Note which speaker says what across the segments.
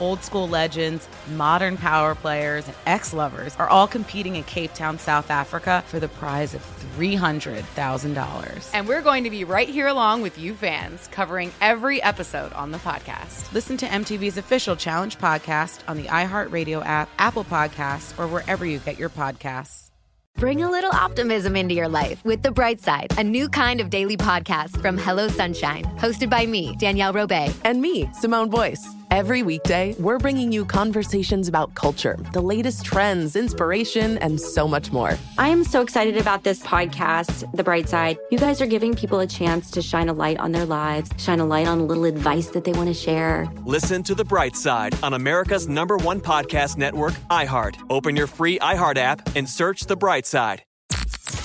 Speaker 1: Old school legends, modern power players, and ex lovers are all competing in Cape Town, South Africa for the prize of $300,000.
Speaker 2: And we're going to be right here along with you fans, covering every episode on the podcast.
Speaker 1: Listen to MTV's official Challenge podcast on the iHeartRadio app, Apple Podcasts, or wherever you get your podcasts.
Speaker 3: Bring a little optimism into your life with The Bright Side, a new kind of daily podcast from Hello Sunshine, hosted by me, Danielle Robay,
Speaker 4: and me, Simone Boyce. Every weekday, we're bringing you conversations about culture, the latest trends, inspiration, and so much more.
Speaker 5: I am so excited about this podcast, The Bright Side. You guys are giving people a chance to shine a light on their lives, shine a light on a little advice that they want to share.
Speaker 6: Listen to The Bright Side on America's number one podcast network, iHeart. Open your free iHeart app and search The Bright Side.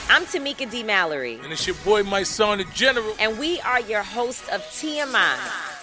Speaker 7: I'm Tamika D. Mallory.
Speaker 8: And it's your boy, my son, the general.
Speaker 7: And we are your hosts of TMI.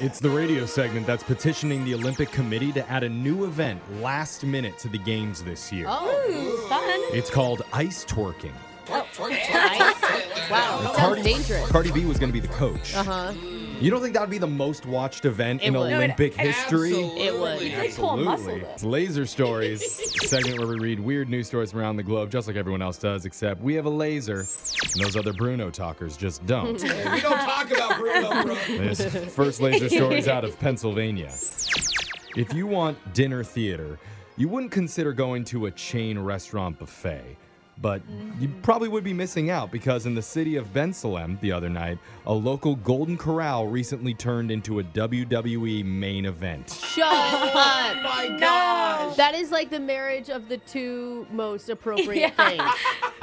Speaker 9: It's the radio segment that's petitioning the Olympic Committee to add a new event last minute to the games this year.
Speaker 10: Oh, fun. Oh,
Speaker 9: It's called ice twerking.
Speaker 10: Wow,
Speaker 9: And
Speaker 10: sounds
Speaker 9: Cardi,
Speaker 10: dangerous.
Speaker 9: Cardi B was going to be the coach.
Speaker 10: Uh-huh.
Speaker 9: You don't think that would be the most watched event in
Speaker 1: would.
Speaker 9: Olympic history?
Speaker 10: It would. You could pull a muscle,
Speaker 9: Absolutely.
Speaker 10: though.
Speaker 9: It's Laser Stories, a segment where we read weird news stories from around the globe, just like everyone else does, except we have a laser, and those other Bruno talkers just don't.
Speaker 8: we don't talk about Bruno, bro.
Speaker 9: This first laser story is out of Pennsylvania. If you want dinner theater, you wouldn't consider going to a chain restaurant buffet. But you
Speaker 8: Mm.
Speaker 9: probably would be missing out because in the city of Bensalem the other night, a local Golden Corral recently turned into a WWE main event.
Speaker 11: Shut up. Oh my gosh. That is like the marriage of the two most appropriate things.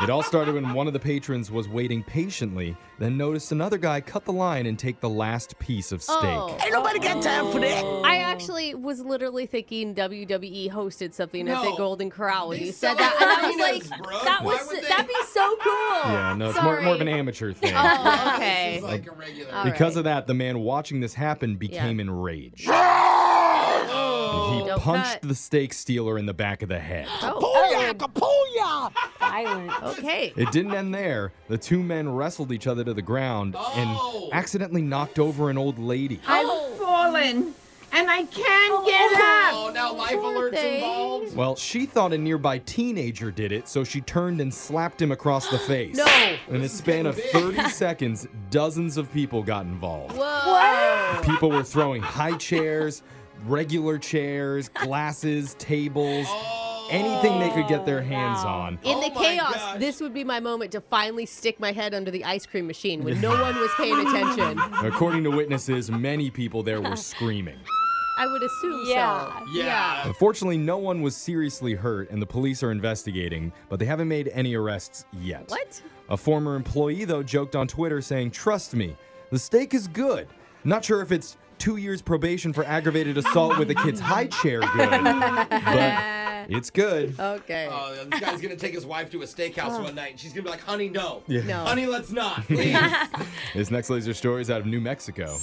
Speaker 9: It all started when one of the patrons was waiting patiently, then noticed another guy cut the line and take the last piece of steak.
Speaker 11: Oh. Ain't nobody got time for that. I actually was literally thinking WWE hosted something at the
Speaker 8: No.
Speaker 11: Golden Corral when
Speaker 8: They
Speaker 11: you
Speaker 8: sell
Speaker 11: said that. And I was
Speaker 8: arenas,
Speaker 11: like,
Speaker 8: bro.
Speaker 11: that
Speaker 8: Why
Speaker 11: was
Speaker 8: would they-
Speaker 11: that'd be so cool.
Speaker 9: Yeah, no, it's more, more of an
Speaker 11: Sorry.
Speaker 9: amateur thing.
Speaker 11: Oh,
Speaker 8: This
Speaker 11: okay.
Speaker 8: is like a regular.
Speaker 11: All
Speaker 9: Because
Speaker 11: right.
Speaker 9: of that, the man watching this happen became enraged.
Speaker 8: Oh.
Speaker 9: He
Speaker 11: Don't cut.
Speaker 9: punched the steak stealer in the back of the head.
Speaker 11: Oh, violent. Okay.
Speaker 9: It didn't end there. The two men wrestled each other to the ground
Speaker 8: Oh.
Speaker 9: and accidentally knocked over an old lady.
Speaker 8: Oh, now life alerts involved.
Speaker 9: Well, she thought a nearby teenager did it, so she turned and slapped him across the face.
Speaker 11: No.
Speaker 9: In a span of 30 seconds, dozens of people got involved.
Speaker 11: Whoa.
Speaker 9: People were throwing high chairs, regular chairs, glasses, tables, anything they could get their hands on.
Speaker 11: In
Speaker 8: Oh
Speaker 11: the
Speaker 8: my
Speaker 11: chaos,
Speaker 8: gosh.
Speaker 11: this would be my moment to finally stick my head under the ice cream machine when no one was paying attention.
Speaker 9: According to witnesses, many people there were screaming.
Speaker 11: I would assume so.
Speaker 8: Yeah.
Speaker 9: Unfortunately, no one was seriously hurt, and the police are investigating, but they haven't made any arrests yet.
Speaker 11: What?
Speaker 9: A former employee, though, joked on Twitter saying, Trust me, the steak is good. Not sure if it's two years probation for aggravated assault with a kid's high chair good, but it's good.
Speaker 11: Okay.
Speaker 8: Oh, this guy's gonna take his wife to a steakhouse one night, and she's gonna be like, "Honey, no,
Speaker 11: No.
Speaker 8: honey, let's not." Please.
Speaker 9: This next laser story is out of New Mexico.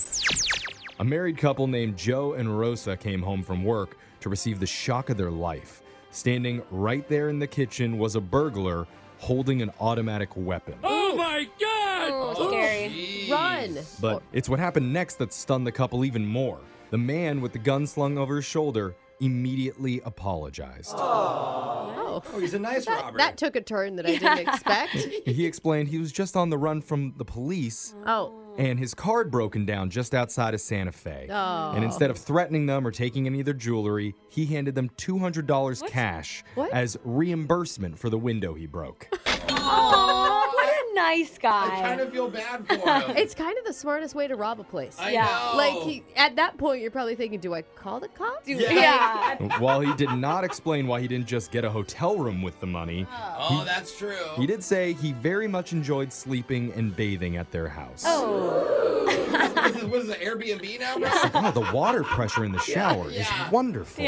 Speaker 9: A married couple named Joe and Rosa came home from work to receive the shock of their life. Standing right there in the kitchen was a burglar holding an automatic weapon.
Speaker 10: Oh, scary.
Speaker 11: Run.
Speaker 9: But it's what happened next that stunned the couple even more. The man with the gun slung over his shoulder immediately apologized.
Speaker 11: Oh,
Speaker 8: oh he's a nice
Speaker 11: that,
Speaker 9: robber.
Speaker 11: That took a turn that I didn't expect.
Speaker 9: he explained he was just on the run from the police
Speaker 11: Oh,
Speaker 9: and his card broken down just outside of Santa Fe.
Speaker 11: Oh.
Speaker 9: And instead of threatening them or taking any of their jewelry, he handed them $200 cash
Speaker 12: What?
Speaker 9: as reimbursement for the window he broke.
Speaker 12: Aw, what a nice guy.
Speaker 8: I kind of feel bad for him.
Speaker 11: it's kind of the smartest way to rob a place.
Speaker 8: I Yeah. know.
Speaker 11: Like he, at that point, you're probably thinking, "Do I call the cops?"
Speaker 8: Yeah.
Speaker 11: yeah.
Speaker 9: While he did not explain why he didn't just get a hotel room with the money,
Speaker 8: Oh, that's true.
Speaker 9: he did say he very much enjoyed sleeping and bathing at their house.
Speaker 10: Oh.
Speaker 8: What is this, what is this, Airbnb now? bro?
Speaker 9: Wow, oh, the water pressure in the shower is wonderful.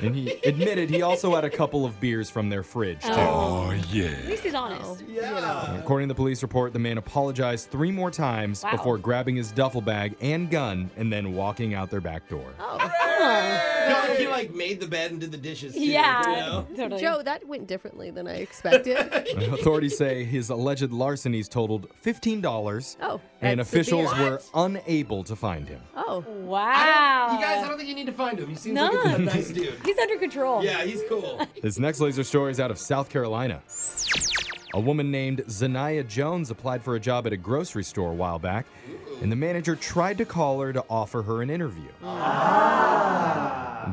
Speaker 9: And he admitted he also had a couple of beers from their fridge. too.
Speaker 10: Oh.
Speaker 9: yeah.
Speaker 10: At least he's honest.
Speaker 8: Yeah.
Speaker 9: According to the police report, the man apologized three more times
Speaker 10: Wow.
Speaker 9: before grabbing his duffel bag and gun and then walking out their back door.
Speaker 8: I feel like he like made the bed and did the dishes too. You know?
Speaker 11: Joe, that went differently than I expected.
Speaker 9: Authorities say his alleged larcenies totaled $15,
Speaker 11: Oh,
Speaker 9: and
Speaker 11: that's severe.
Speaker 9: officials were
Speaker 11: What?
Speaker 9: unable to find him.
Speaker 11: Oh.
Speaker 8: I
Speaker 10: Wow.
Speaker 8: don't- you guys, I don't think you need to find him. He seems like a
Speaker 9: No.
Speaker 8: nice dude.
Speaker 10: He's under control.
Speaker 8: Yeah, he's cool.
Speaker 9: This next laser story is out of South Carolina. A woman named Zaniah Jones applied for a job at a grocery store a while back, and the manager tried to call her to offer her an interview.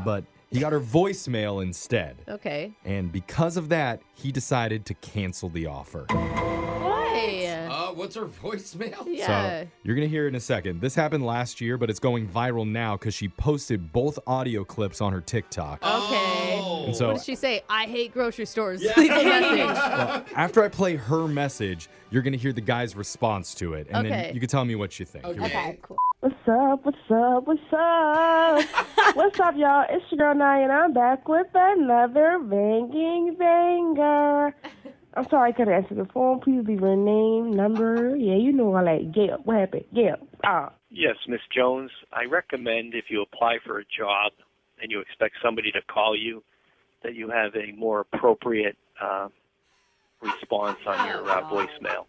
Speaker 9: But he got her voicemail instead.
Speaker 11: Ah. okay.
Speaker 9: And because of that, he decided to cancel the offer.
Speaker 11: Why?
Speaker 8: Uh, what's her voicemail?
Speaker 9: So you're going to hear it in a second. This happened last year, but it's going viral now because she posted both audio clips on her TikTok.
Speaker 8: Oh.
Speaker 11: Okay.
Speaker 9: And so-
Speaker 11: what did she say? I hate grocery stores. Leave a message.
Speaker 9: Well, after I play her message, you're going to hear the guy's response to it. And
Speaker 11: Okay.
Speaker 9: then you can tell me what you think. Here we go.
Speaker 11: cool.
Speaker 13: What's up? What's up? What's up? what's up, y'all? It's your girl Nye, and I'm back with another banging banger. I'm sorry I couldn't answer the phone. Please leave your name, number. Yeah, you know I like Gail. What happened? Gail. Ah.
Speaker 14: Yes, Miss Jones, I recommend if you apply for a job and you expect somebody to call you, that you have a more appropriate uh, response on your uh, voicemail.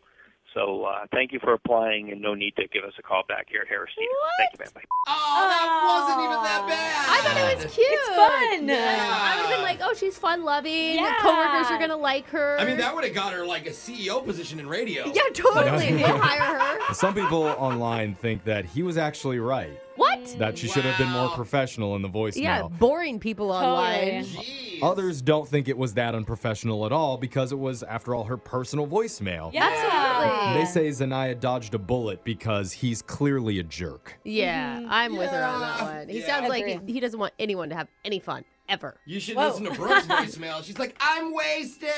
Speaker 14: So uh, thank you for applying, and no need to give us a call back here at Harris Teeter. Thank you, ma'am. Bye.
Speaker 8: Oh, that wasn't even that bad.
Speaker 11: I thought it was cute. It's
Speaker 8: fun.
Speaker 11: I would have been like, oh, she's fun loving.
Speaker 8: Yeah.
Speaker 11: Coworkers are gonna like her.
Speaker 8: I mean, that would have got her like a CEO position in radio.
Speaker 11: Yeah, totally. we'll hire her.
Speaker 9: Some people online think that he was actually right,
Speaker 11: What?
Speaker 9: that she should have been more professional in the voicemail.
Speaker 11: Yeah, boring people online.
Speaker 9: Others don't think it was that unprofessional at all because it was, after all, her personal voicemail.
Speaker 11: Absolutely.
Speaker 9: They say Zaniah dodged a bullet because he's clearly a jerk.
Speaker 11: Yeah,
Speaker 10: Mm-hmm.
Speaker 11: I'm with her on that one. He
Speaker 8: Yeah.
Speaker 11: sounds like he,
Speaker 8: Agreed.
Speaker 11: he doesn't want anyone to have any fun ever.
Speaker 8: You should
Speaker 11: Whoa.
Speaker 8: listen to Brooke's voicemail. She's like, I'm wasted.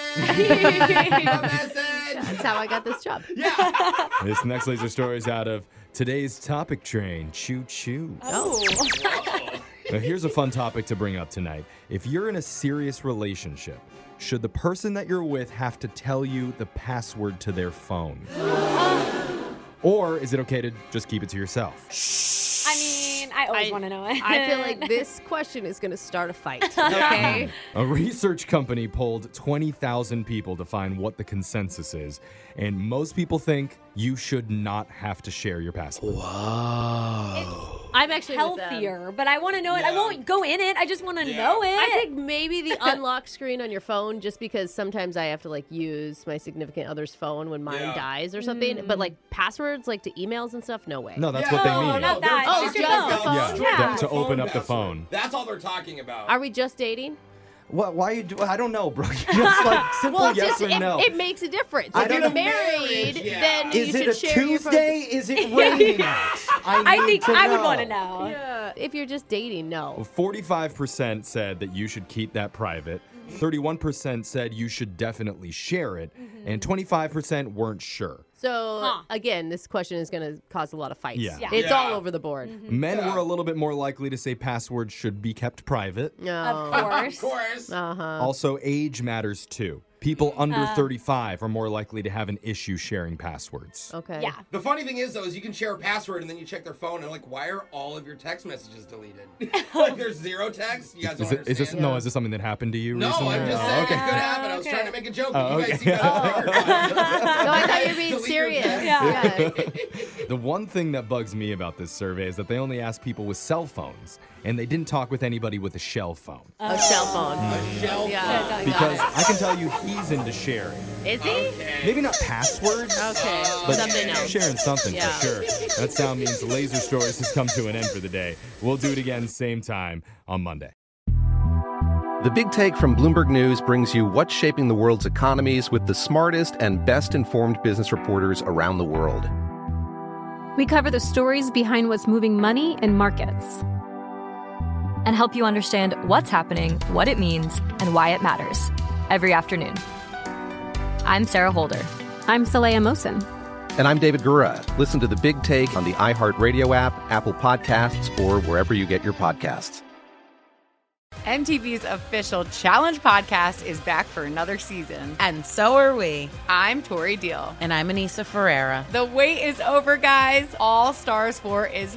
Speaker 11: That's how I got this job.
Speaker 9: this next laser story is out of today's topic train. Choo choo.
Speaker 8: Oh.
Speaker 9: Now, here's a fun topic to bring up tonight. If you're in a serious relationship, should the person that you're with have to tell you the password to their phone? or is it okay to just keep it to yourself?
Speaker 10: I mean, I always want to know it.
Speaker 11: I feel like this question is going to start a fight.
Speaker 10: Okay.
Speaker 9: A research company polled 20,000 people to find what the consensus is, and most people think you should not have to share your password. Wow.
Speaker 10: I'm actually healthier, but I want to know it. I won't go in it. I just want to know it.
Speaker 11: I think maybe the unlock screen on your phone, just because sometimes I have to like use my significant other's phone when mine
Speaker 9: Yeah.
Speaker 11: dies or something. But like passwords, like to emails and stuff, no way.
Speaker 9: No, that's what they mean.
Speaker 8: not that.
Speaker 11: Oh,
Speaker 8: Just
Speaker 11: just
Speaker 8: the
Speaker 11: the phone.
Speaker 9: Yeah,
Speaker 11: Yeah.
Speaker 9: to open up the phone.
Speaker 8: That's all they're talking about.
Speaker 11: Are we just dating?
Speaker 9: What? Why you do? I don't know, bro. Just like simple
Speaker 11: well,
Speaker 9: Oh, yes
Speaker 11: just,
Speaker 9: or
Speaker 11: it,
Speaker 9: no.
Speaker 11: it makes a difference.
Speaker 9: I
Speaker 11: if
Speaker 9: don't
Speaker 11: you're
Speaker 9: know.
Speaker 11: married,
Speaker 9: Yeah.
Speaker 11: then
Speaker 9: Is
Speaker 11: you
Speaker 9: it
Speaker 11: should
Speaker 9: a
Speaker 11: share your phone-
Speaker 9: Tuesday? Is it raining out? I I need think to I would know. wanna
Speaker 10: know.
Speaker 11: Yeah. If you're just dating, no.
Speaker 9: 45% said that you should keep that private. 31% said you should definitely share it. And 25% weren't sure.
Speaker 11: So again, this question is going to cause a lot of fights.
Speaker 9: Yeah. Mm-hmm. Yeah.
Speaker 11: It's
Speaker 9: Yeah.
Speaker 11: all over the board.
Speaker 9: Men were a little bit more likely to say passwords should be kept private.
Speaker 11: No.
Speaker 10: Of course.
Speaker 8: of course.
Speaker 11: Uh huh.
Speaker 9: Also, age matters too. People under
Speaker 8: Uh.
Speaker 9: 35 are more likely to have an issue sharing passwords.
Speaker 11: Okay.
Speaker 8: Yeah. The funny thing is, though, is you can share a password and then you check their phone and like, why are all of your text messages deleted? like, there's zero texts. You guys don't
Speaker 9: Is, it,
Speaker 8: understand.
Speaker 9: is this no? Is this something that happened to you
Speaker 8: No,
Speaker 9: recently?
Speaker 8: I'm just
Speaker 9: Oh,
Speaker 8: saying
Speaker 9: okay.
Speaker 8: it could happen. I was trying to make a joke. but
Speaker 9: Oh,
Speaker 8: you guys
Speaker 9: okay.
Speaker 8: seem
Speaker 9: Oh.
Speaker 8: out of
Speaker 11: no, I thought you were being serious. Yeah.
Speaker 9: the one thing that bugs me about this survey is that they only asked people with cell phones, and they didn't talk with anybody with a shell phone.
Speaker 11: A shell phone.
Speaker 9: A
Speaker 11: shell yeah.
Speaker 9: Because I can tell you he's into sharing.
Speaker 11: Is he?
Speaker 9: Maybe not passwords.
Speaker 11: Okay.
Speaker 9: But
Speaker 11: Something else.
Speaker 9: Sharing something
Speaker 11: Yeah.
Speaker 9: for sure. That sound means Laser Stories has come to an end for the day. We'll do it again same time on Monday.
Speaker 15: The Big Take from Bloomberg News brings you what's shaping the world's economies with the smartest and best informed business reporters around the world.
Speaker 10: We cover the stories behind what's moving money and markets
Speaker 12: and help you understand what's happening, what it means, and why it matters every afternoon. I'm Sarah Holder.
Speaker 10: I'm Saleya Mosin.
Speaker 15: And I'm David Gura. Listen to The Big Take on the iHeartRadio app, Apple Podcasts, or wherever you get your podcasts.
Speaker 2: MTV's official Challenge podcast is back for another season.
Speaker 1: And so are we.
Speaker 2: I'm Tori Deal.
Speaker 1: And I'm Anissa Ferreira.
Speaker 2: The wait is over, guys. All Stars 4 is